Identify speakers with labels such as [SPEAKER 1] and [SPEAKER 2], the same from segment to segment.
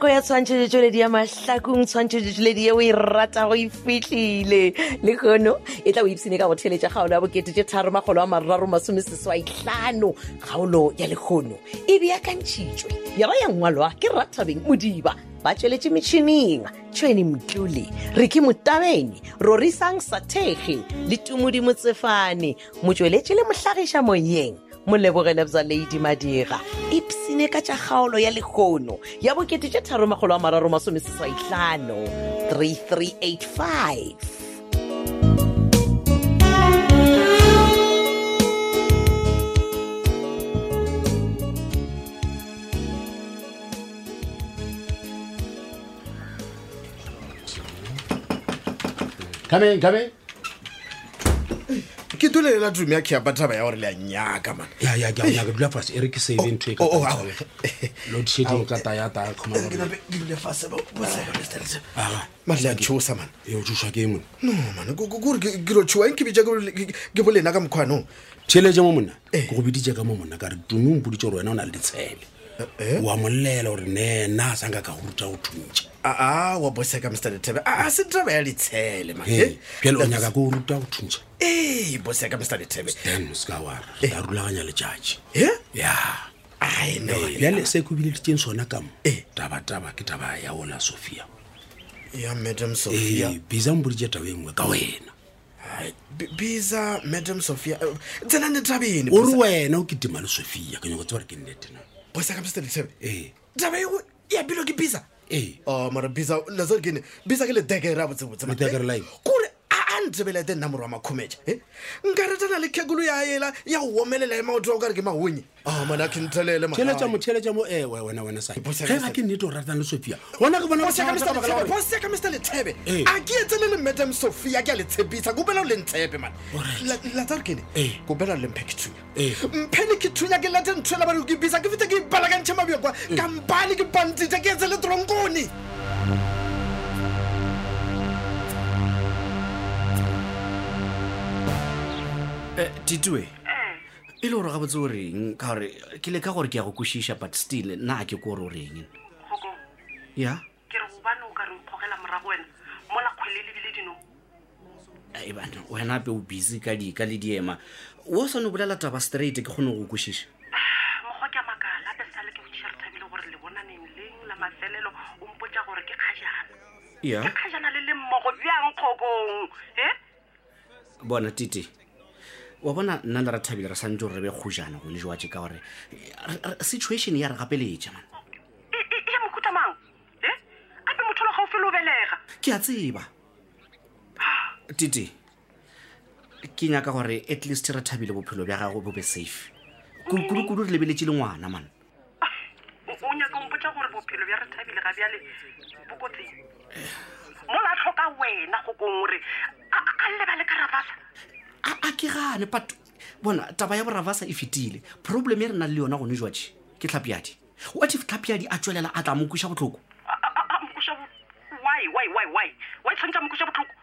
[SPEAKER 1] tshwantšhetšotšoledi ya mahlakong tshwantšhetšotšoledi yeo e ratago e fitlhile le kgono e tla o ipsene ka go theletša kgaolo ya bokete tše tharo magolo a mararo masome seswaitlhano kgaolo ya lekgono e beakantšhitšwe ya ba ya ngwalwa ke ratabeng modiba ba tsweletše metšhining tšhweni mtlole re ke motabene rorisang sathege le tumodimotsefane motsweletše le mohlagiša moyeng molebogelebza ladi madira ipsene ka tša kgaolo ya lekgono ya bokete tše tharo magolo a mararo masomeseswaitlhano 3385
[SPEAKER 2] come in come in
[SPEAKER 3] ke tole lela tumi ya kheapa taba ya gore le a nnyaka man
[SPEAKER 2] ya ya ke a nyaka dula fase e re ke save ntho e ka
[SPEAKER 3] Oh, oh,
[SPEAKER 2] taba.
[SPEAKER 3] oh,
[SPEAKER 2] load shedding ka taya taya kgoma gore- Aga,
[SPEAKER 3] matle a tshosa Ah. man
[SPEAKER 2] e o tsošwa ke mone
[SPEAKER 3] no man ko- ko- kore ke lo tshoang ke bitsa ke bol- ke- ke bolena ka mokgwanong
[SPEAKER 2] tšheletse mo monna
[SPEAKER 3] Eh.
[SPEAKER 2] ke go biditse ka mo monna ka re tumi o mpoditse gore wena o na le ditshele
[SPEAKER 3] eh?
[SPEAKER 2] wa molela gore ne nna a sanka ka go ruta go thuntšha
[SPEAKER 3] aa Ah, wa boseka mr detebe a se taba ya letshele man Eh?
[SPEAKER 2] e pele o nyaka ko o ruta go thuntšha
[SPEAKER 3] ee boseka mr detebe
[SPEAKER 2] then o seka wara re tla rulaganya lejatši
[SPEAKER 3] e
[SPEAKER 2] ya
[SPEAKER 3] ai
[SPEAKER 2] Eh, bjale se ko bileditseng sona kamo
[SPEAKER 3] Eh.
[SPEAKER 2] tabataba ke taba ya ola sophia
[SPEAKER 3] ya madam sophia
[SPEAKER 2] ee bisang boditse taba e nngwe ka wena
[SPEAKER 3] Ai, B- bisa madam sophia eh, tsenane tabene
[SPEAKER 2] ore wena o ketima le sophia ke nyako tse gore ke nnetena
[SPEAKER 3] boseka mr detebe
[SPEAKER 4] Eh,
[SPEAKER 2] ee
[SPEAKER 3] taba eo ya bilo ke bisa
[SPEAKER 2] ee
[SPEAKER 3] o Oh, mara bisa lesore kene bisa ke ledekere a botsebotse man.
[SPEAKER 2] Ledekere la eng?
[SPEAKER 3] kore Eh, a a ntebelete nna morwa makgometša e nka retana le kgekolo ya ela ya go omelela e maoto ao ka re ke Ah, maonye a mane a kenthelele
[SPEAKER 4] Oh,
[SPEAKER 2] theletša mo theletša mo ee wena wena sa
[SPEAKER 3] Bosa-
[SPEAKER 2] ge ga ke nnete o ratang le sophia gona ke bona bosa-
[SPEAKER 3] ka mr lethebe
[SPEAKER 2] Eh.
[SPEAKER 3] a ke etsele le madam sophia ke a le tshepisa kopela o le ntshepe mane
[SPEAKER 2] Alright.
[SPEAKER 3] latsare kene
[SPEAKER 2] Eh.
[SPEAKER 3] kopela le mphe ke
[SPEAKER 2] Eh.
[SPEAKER 3] thunya mphene ke thunya ke late ntho ela bare ke bisa ke fete ke ipalakantšhe mabjo kwa
[SPEAKER 2] Eh.
[SPEAKER 3] kampane ke pantite ke etsele tronkone
[SPEAKER 4] Eh, titue e le gore ga botse o reng ka gore ke leka gore ke ya go kwešiša but still nna a ke ko gore o reng
[SPEAKER 5] kgoko
[SPEAKER 4] ya
[SPEAKER 5] ke re gobane o ka re o kgogela morago wena mola kgwele e lebile dinong
[SPEAKER 4] Ai, bana, wena ape o busy ka dika le diema o sane o bolela taba straight ke kgone go go kwešiša
[SPEAKER 5] mokgwa ke a makala ape sale ke botšiša rethabile gore le bonaneng leng la mafelelo o mpotsa gore ke kgajana
[SPEAKER 4] ya
[SPEAKER 5] ke kgajana le le mmogo bjang kgokong e
[SPEAKER 4] bona tite wa bona nna le rathabile re santse gore re be kgojana gone jwatse ka gore eh, re- re- situation ya re gapeletša man
[SPEAKER 5] e mokutamang e ape motho lo gaufi le o belega
[SPEAKER 4] ke a tseba tite ke nyaka gore at least re thabile bophelo bja gago bo be safe kudu-kudu re lebeletse le ngwana man
[SPEAKER 5] O- o nyaka ompotsa gore bophelo bja re thabile ga bjale bokotseng mola a tlhoka wena kgokong gore a a- a lebale ka rabasa
[SPEAKER 4] a a ke gane but bona taba ya boravasa e fetile problem e re nang le yona gone jwatše ke tlhapiadi what if tlhapiadi a tswelela a tla mo kweša botlhoko
[SPEAKER 5] A- a- a- a mokoša bo- why why why why why tshwanetse a mokoša botlhoko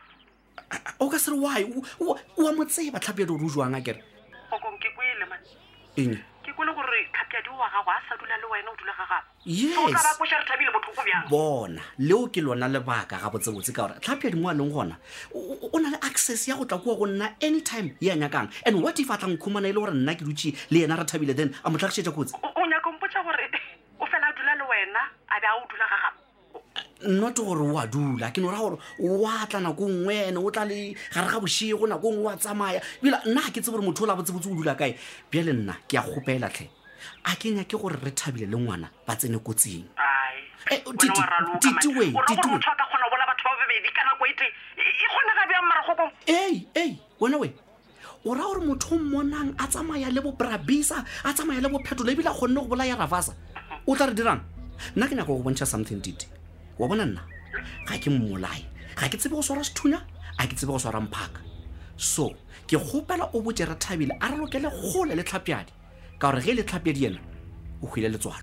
[SPEAKER 4] A- o ka se re wy oa mo tseba tlhapiadi gore o jwang a kere
[SPEAKER 5] gokong ke kwele man
[SPEAKER 4] eng
[SPEAKER 5] ke kwele gore tlhapiadi wa gago a sa dula le wena o dula ga gago so o tla ba
[SPEAKER 4] yes
[SPEAKER 5] koša re thabile botlhoko bjang
[SPEAKER 4] bona leo ke lona lebaka gabotsebotse ka gore tlhapiadi mo a leng gona o o- o na le access ya go tla kua go nna anytime ye a nyakang and what if a tla nkhumana e le gore nna ke dutse le yena re thabile then a mo tlagišetša kotsi
[SPEAKER 5] o o nyaka ompotsa gore o fela a dula le wena a be a o dula ga gago
[SPEAKER 4] not gore o a dula ke nora gore oa tla nako nngwe ene o tla le gare ga bošego nako nngwe wa tsamaya bela nna ga ke tse gore motho o la botsebotse o dula kae bjale nna ke a gopelatlhe a ke nyake gore re thabile le ngwana ba tsene kotsing
[SPEAKER 5] Ai,
[SPEAKER 4] Eh,
[SPEAKER 5] wena
[SPEAKER 4] Titi,
[SPEAKER 5] wa raloka,
[SPEAKER 4] Titi,
[SPEAKER 5] man.
[SPEAKER 4] wei,
[SPEAKER 5] O ra
[SPEAKER 4] Titi, wei.
[SPEAKER 5] gore motho a ka kgona go bola batho ba babedi ka nako e tee E- e kgone ga bjang maragokong
[SPEAKER 4] ei ei wena we o ra gore motho o mmonang a tsamaya le bobrabisa a tsamaya le bophetolo ebile a kgonne go bolaya rafasa o tla re dirang nna ke nyako go bontšha something dite wa bona nna ga ke mmolae ga ke tsebe go swara sethunya a ke tsebe go swara mphaka so ke kgopela o botse re thabile a re lokele kgole le tlhapeadi ka gore ge le tlhapeadi ena o hwile letswalo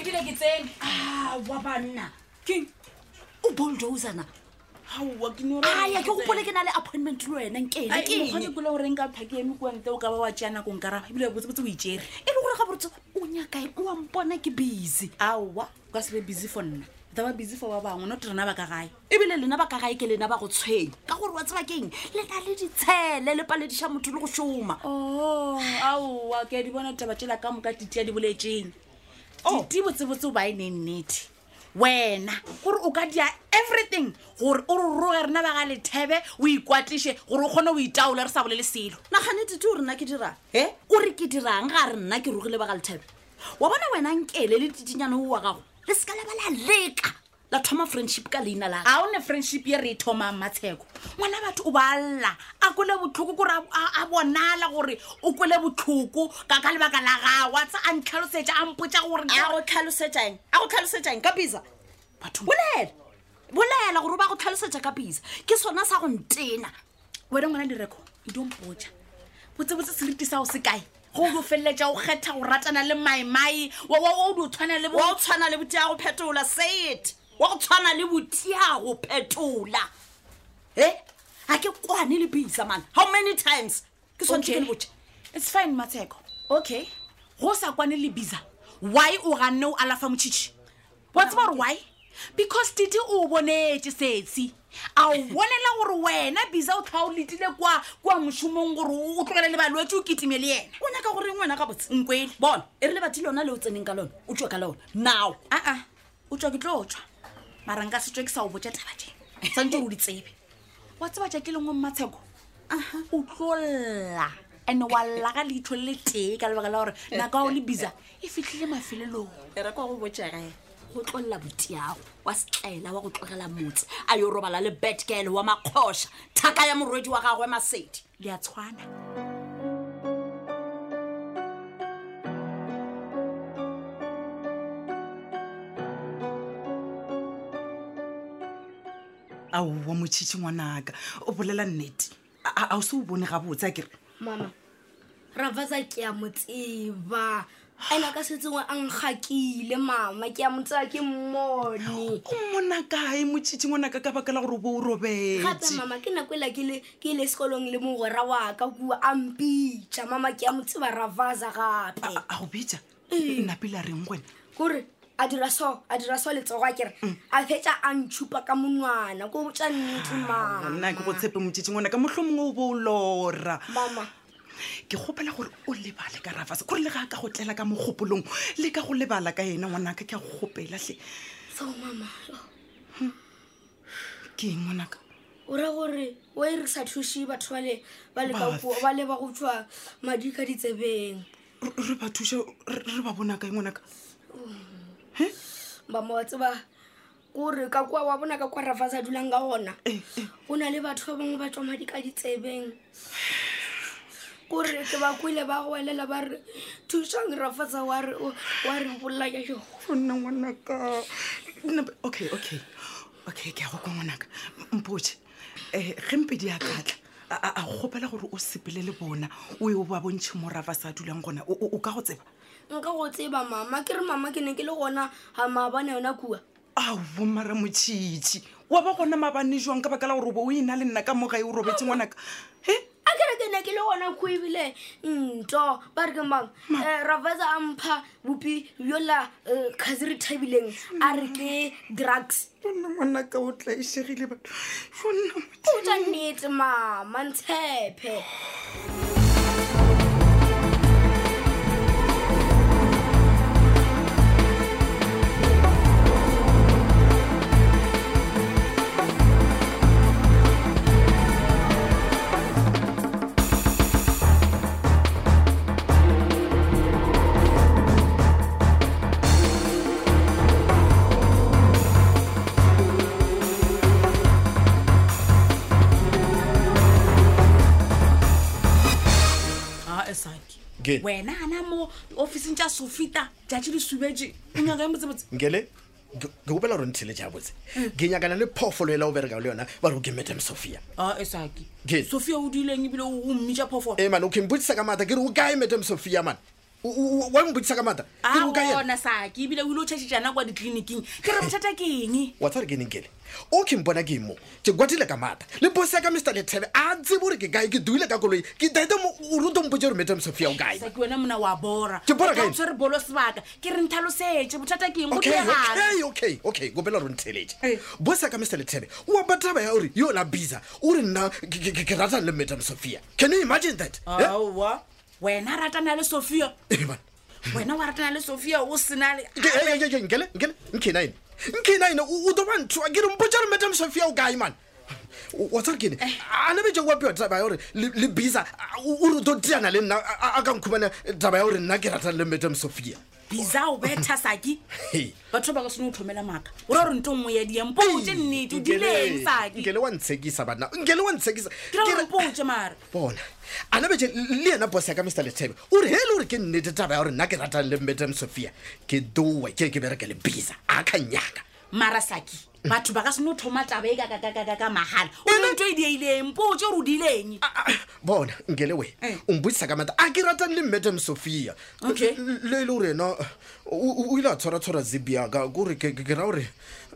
[SPEAKER 6] ebile ke tsene awa banna keng o boldousana
[SPEAKER 7] aowa ke no
[SPEAKER 8] aya ke gopole ke na le appointment le wena nkele
[SPEAKER 7] mokgwane kola gore nka phake eme kuante o ka ba wa tšea nako nkaraba ebile botsebotse o itšere
[SPEAKER 8] e le gore ga borotse o nyakaeng o ampona ke busy
[SPEAKER 7] aowa o ka se be busy for nna o tla ba busy for ba bangwe not rena ba ka gae
[SPEAKER 8] ebile lena ba ka gae ke lena ba go tshwenya ka gore wa tseba keng le na le ditshele le palediša motho le go šoma
[SPEAKER 7] o Oh, aowa ke a di bona taba tsela ka moka titi ya di boletseng
[SPEAKER 8] Oh.
[SPEAKER 7] titi botsebotse o ba e ne nnete wena gore o ka dia everything gore o roroge rena ba ga lethebe o ikwatliše gore o kgone o itaole re sa bolele selo Eh?
[SPEAKER 8] nagane tite o re nna ke dirang e o re ke dirang ga re nna ke rogile ba ga lethebe wa bona wena nkele le titinyana o wa gago le se ka leba la leka la thoma friendship ka leina la ka.
[SPEAKER 7] ga o ne friendship ye re e thomang matsheko ngwana batho o baalla a kole botlhoko kore a- a a bonala gore o kole botlhoko ka ka lebaka la gawa tsa a ntlhalosetsa a mpotsa gore
[SPEAKER 8] a go tlhalosetšang a go tlhalosetšang ka pisa bolela bolela gore o ba go tlhalosetša ka pisa ke sona sa go ntena
[SPEAKER 7] wena ngwana direko e dompotsa botsebotse seriti sao se kae go o feletsa o kgetha go ratana le maemai o di o tshwana le bo-
[SPEAKER 8] wa go tshwana le botia go phetola set wa go tshwana le botia go phetola
[SPEAKER 7] Eh?
[SPEAKER 8] e ga ke kwane le bisa mana how many times ke swantse ke le botse
[SPEAKER 7] Okay. it's fine matsheko okay go sa kwane le bisa why o ganne o alafa motšhitšhi wa tseba gore why because tite o bonetse setsi a o bonela gore wena bisa o tlha o letile kwa kwa mošomong gore o tlogele le balwetse o ketime le ena
[SPEAKER 8] o nyaka goreng wena ka botse
[SPEAKER 7] nkwele
[SPEAKER 8] bona e re lebati lona le o tseneng ka lona o tswa ka lona now
[SPEAKER 7] aa o tswa ke tlo tswa mara nka se tswe ke sa o botsa taba je santse ore o di tsebe wa tseba ja ke lengwe mmatsheko o tlolla and wa llaga leitlho le le tee ka lebaka la gore nako ao le bisa e fitlhile mafelelong
[SPEAKER 8] e re kwa go botjege go tlolla botiago wa setlaela wa go tlogela motse a yo robala le betkele wa makgoša thaka ya morwedi wa gagwe masedi
[SPEAKER 7] le a tshwana
[SPEAKER 9] aowa motšhitšhi ngwanaka o bolela nnete a a o se o bone gabotse a kere
[SPEAKER 10] mama rafatsa ke a mo tseba ena ka setsengwe a nkgakile mama ke a mo tseba ke
[SPEAKER 9] o
[SPEAKER 10] mmone
[SPEAKER 9] mmona kae motšhitšhi ngwanaka ka baka la gore o bo o
[SPEAKER 10] gape
[SPEAKER 9] robetse
[SPEAKER 10] mama ke nako ela ke le- ke le sekolong le mogwera wa ka kua a mpitša mama ke a mo tseba rafatsa gape
[SPEAKER 9] a go bitša
[SPEAKER 10] Mm.
[SPEAKER 9] napele a reng gwena
[SPEAKER 10] kore a dira so a dira so letsogo a kere
[SPEAKER 8] Mm.
[SPEAKER 10] a fetsa a ntšhupa ka monwana ko botsa nnete
[SPEAKER 8] Ah,
[SPEAKER 9] nna ke go
[SPEAKER 10] mama
[SPEAKER 9] tshepe motšhitšhi ngwanaka motlho mongwe o bo o lora
[SPEAKER 10] mama
[SPEAKER 9] ke gopela gore o lebale ka rafase kore le ga a ka go tlela ka mogopolong le ka go lebala ka ena ngwanaka ke a go gopela tle
[SPEAKER 10] so mama
[SPEAKER 9] ke eng ngwanaka
[SPEAKER 10] o ra gore o e re sa thuše batho ba le- ba le ka
[SPEAKER 9] Bafe.
[SPEAKER 10] kua, ba le ba go tswa madi ka ditsebeng
[SPEAKER 9] re re ba thuše re re ba bona kae ngwanaka
[SPEAKER 10] mama wa tseba kore ka kwa wa bona ka kwa rafa sa dulang ka gona o na le batho ba bangwe ba tswa madi ka ditsebeng kore ke ba kwile ba go elela ba re thušang rafa sa wa re o- wa re bolla ka jo
[SPEAKER 9] gonna ngwanaka Nna- okay okay okay ke ya go kwa ngwanaka mpoe um gempe di a katla a a- a go gopela gore o sepele le bona o e o ba bontšhe morafa sa dulang gona O- o o ka go tseba
[SPEAKER 10] nka go tseba mama ke re mama ke ne ke le gona ga maabana yona kua
[SPEAKER 9] ao mara motšhitšhi wa ba gona maabane jwang ka baka la gore o bo o ena le nna ka mogae o robetse ngwanaka e
[SPEAKER 10] a kere ke ne ke le gona kua ebile nto ba re ke mang um rafatsa a mpha bopi yola um kgase re thabileng a re ke drugs
[SPEAKER 9] bona ngwanaka o tlaišegile batho gonna
[SPEAKER 10] o tsa nnete mama ntshepe
[SPEAKER 7] a esanke
[SPEAKER 3] Ke?
[SPEAKER 7] wena ana mo officing tša sofita tšatši le subetse o nyaka e motsebotse
[SPEAKER 3] nkele ke ke gopela gore ntshele ja botse ke nyakana le phofolo ela o berekang le yona ba re o ke madam sophia
[SPEAKER 7] a esake
[SPEAKER 3] Ke? Eh,
[SPEAKER 7] sofia o dileng ebile o mmitša phoofolo
[SPEAKER 3] e mane o kempotsisa ka maata ke re o kae madam sophia mane wa mpotsisa ka mata ke boka yena
[SPEAKER 6] aona saki ebile o ile o tšhašitšana kwa ditleliniking ke re bothata ke eng
[SPEAKER 3] wa tsa re ke neng kele o ke mpona ke mo ke gwatile ka mata le bosi ya ka mr lethebe a tsebe gore ke kae ke duile ka koloi ke date o ruto mpotse gore metam sophia o kae
[SPEAKER 6] saki wena mona wa bora
[SPEAKER 3] Ke bora ka
[SPEAKER 6] o
[SPEAKER 3] eng?
[SPEAKER 6] tshwere bolo sebaka ke re ntlhalosetse bothata ke eng
[SPEAKER 3] okay
[SPEAKER 6] bokegang
[SPEAKER 3] okay okay okay kopela gore ntheletše
[SPEAKER 6] Ee.
[SPEAKER 3] bosi ya ka mr lethebe oa pataba ya gore yo la bisa o re nna ke- ke ke- ke ratang le metam sophia can you imagine that Eh?
[SPEAKER 6] aowa wena a ratana le sophia
[SPEAKER 3] Eh, man.
[SPEAKER 6] wena o a ratana le sophia o sena le
[SPEAKER 3] Ke- eh, eh, eh, eh, nkele nkele nkinaine nkinaine o to ba nthoa ke re mpotse gore metam sophia o kae mane wa tsa re kene
[SPEAKER 6] Eh.
[SPEAKER 3] a nebetse oa peo taba ya gore le le bisa a- o o re o tlo teana le nna a- a- a ka nkhumana taba ya gore nna ke ratang le metam sophia
[SPEAKER 6] bisa o betha saki
[SPEAKER 3] Hei.
[SPEAKER 6] batho ba ka sene o thomela maaka o ra gore nto e nngwe ya diampotse nnete o dileng saki
[SPEAKER 3] nkele wa ntshekisa banna nkele wa ntshekisa
[SPEAKER 6] ke ra
[SPEAKER 3] Ke
[SPEAKER 6] gore
[SPEAKER 3] re-
[SPEAKER 6] mpotse mare
[SPEAKER 3] bona a nebetse le yena boss ya ka mr lethebe o re hele gore ke nnete taba ya gore nna ke ratang le metam sophia ke doe ke ke bereke le bisa a ka nyaka
[SPEAKER 6] mara saki batho ba ka sene o thoma taba e kakakakaka mahala o le nto e dieileng mpotse gore o dileng
[SPEAKER 3] Ah, ah, bona nkele wena o mpotsisa ka mata a ke ratang le madam sophia
[SPEAKER 6] Okay.
[SPEAKER 3] L- le e le gore ena o- o o ile a tshwaratshwara zebiaka kore ke ke- ke ra gore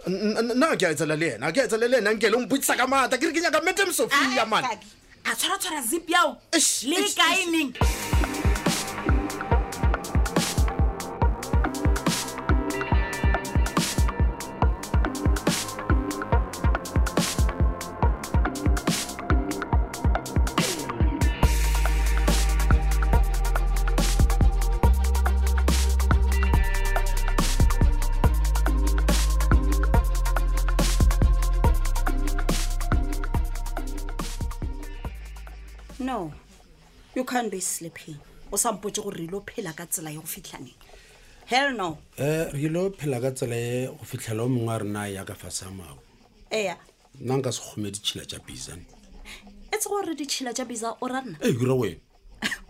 [SPEAKER 3] n- n- nna ke a etsela le ena ke a etsela le ena nkele o mpotsisa ka mata ke re ke nyaka madam
[SPEAKER 7] Ah,
[SPEAKER 3] sophia man
[SPEAKER 6] Saki, a tshwaratshwara zip yao
[SPEAKER 3] Eish,
[SPEAKER 6] le
[SPEAKER 3] eish, eish.
[SPEAKER 6] kaeneng
[SPEAKER 7] no you can't be sleeping o sampotse gore re ilo phela ka tsela ya go fitlhaneng hell no
[SPEAKER 2] um re ile phela ka tsela e go fitlhela o mongwe a rena a yaka fa sa mao
[SPEAKER 7] ea
[SPEAKER 2] nna nka se kgome ditšhila tša pisane
[SPEAKER 7] e tse gore ditšhila tša bisa o ranna
[SPEAKER 2] ee kera wena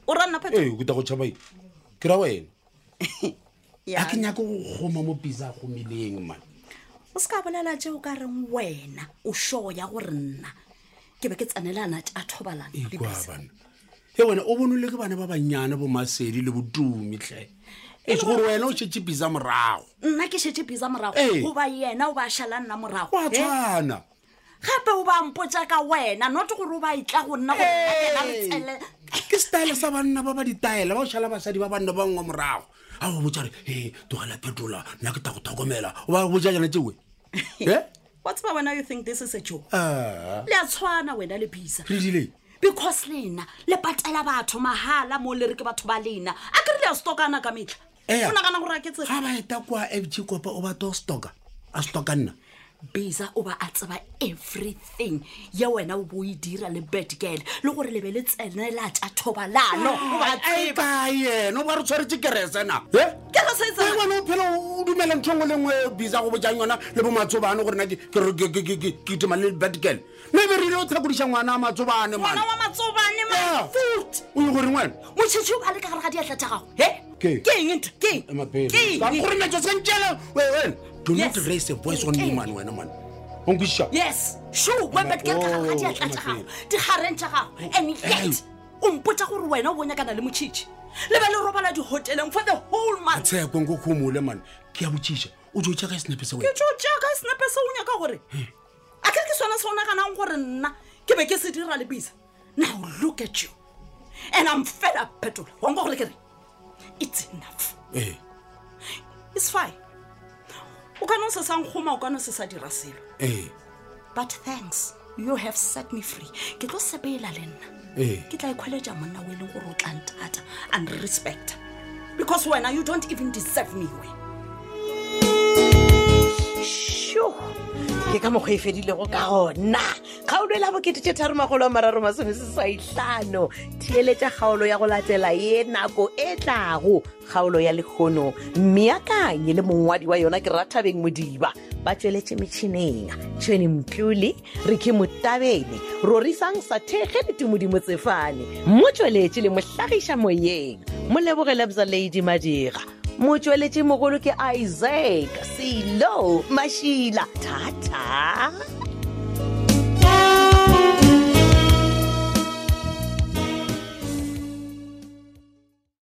[SPEAKER 7] o ranna pheto
[SPEAKER 2] ee kuta go tšhabai kera wena a
[SPEAKER 7] Ya.
[SPEAKER 2] ke nyake go kgoma mo pisa a kgomeleng mane
[SPEAKER 7] o se ka bolela tšeo ka reng wena o sure ya gore nna ke be ke tsenelana tša thobalano le
[SPEAKER 2] ekwa
[SPEAKER 7] Bisa.
[SPEAKER 2] bana e wena o bonole ke bana ba bannyane bo masedi le botumi tlhe e se gore wena o shetse pisa morago
[SPEAKER 7] nna ke shetse bisa morago
[SPEAKER 2] Ee.
[SPEAKER 7] goba yena o ba šhala nna morago
[SPEAKER 2] wa
[SPEAKER 7] Eh?
[SPEAKER 2] tshwana
[SPEAKER 7] gape o ba mpotsa ka wena not gore o ba itla go nna gore
[SPEAKER 2] ke style sa banna ba ba ditaela ba o šhala basadi ba banna ba ngwe morago a o botsa re e tlogela phetola nna ke ta go thokomela o ba botsa jana tsewe e
[SPEAKER 7] what's ba wena you think this is a joke
[SPEAKER 2] Ah,
[SPEAKER 7] le a tshwana wena le bisa
[SPEAKER 2] re dile
[SPEAKER 7] because lena le patela batho mahala mo le re ke batho ba lena a ke rile a stokana ka metlha
[SPEAKER 2] Eya.
[SPEAKER 7] o nakana gore a ke
[SPEAKER 2] ga
[SPEAKER 7] tsebe
[SPEAKER 2] ba eta kwa fg kopa o batla o stoka a stoka nna
[SPEAKER 7] bisa o ba a tseba everything ye wena o bo o e dira le bedgale le gore lebe le tsenela tša thobalano o ba tseba
[SPEAKER 2] ka e yena o ba re tshwaretse keresena e
[SPEAKER 7] ke go sa e tseba.
[SPEAKER 2] Ke ngwana o phela o dumela ntho ngwe le ngwe bisa go bojang yona le bo matsobane gore na ke itemane le batgal mme e be rile o tshakodiša ngwana a matsobane man.
[SPEAKER 7] ngwana wa matsobane
[SPEAKER 2] Yeah.
[SPEAKER 7] mafut
[SPEAKER 2] o ye gore ngwena
[SPEAKER 7] motšhitšhi o ba le ka gare ga diatla tša gago he
[SPEAKER 2] Ke?
[SPEAKER 7] ke eng ntho ke eng? Ke eng?
[SPEAKER 2] gore metso senkele wena do not
[SPEAKER 7] Yes.
[SPEAKER 2] raise a voice on me
[SPEAKER 7] Ke?
[SPEAKER 2] man wena man onkiša
[SPEAKER 7] yes sure webet ka tla ga
[SPEAKER 2] Oh,
[SPEAKER 7] diatla tsa
[SPEAKER 2] Emma
[SPEAKER 7] gago digareng tsa gago and yet o mpotsa gore wena o bonyakana le motšhitšhi le ba le robala dihoteleng for the whole month
[SPEAKER 2] tshekong ko kgomole man ke ya botšiša o jo tšaka senepe se
[SPEAKER 7] ke
[SPEAKER 2] wena
[SPEAKER 7] tso jaaka senepe se o nyaka gore a kere ke sone se o nakanang gore nna ke be ke se dira le bisa now look at you and i'm fed up petola wanka gore ke re it's enough
[SPEAKER 2] ee
[SPEAKER 7] it's fine o kane o se sankgoma o kane o se sa dira selo
[SPEAKER 2] ee
[SPEAKER 7] but thanks you have set me free ke tlo sebeela le nna
[SPEAKER 2] ee
[SPEAKER 7] ke tla ikgweletsa monna o e leng gore o tlang thata and respect because wena you don't even deserve me we
[SPEAKER 1] sho ke ka mokgwa e fedilego ka gona kgaolo e la bokete tše tharomagolo a mararo masomeseswaitlhano theeletša kgaolo ya go latela ye nako e tlago kgaolo ya lekgono mmeakanye le mongwadi wa yona ke rathabeng modiba ba tsweletše metšhineng tšhweni mplole re ke motabene rorisang sa thege ditumodimo tsefane mo tsweletše le mohlagiša moyeng mo lebogele bza ladi madira motsweletši mogolo ke isaac selo mašila thata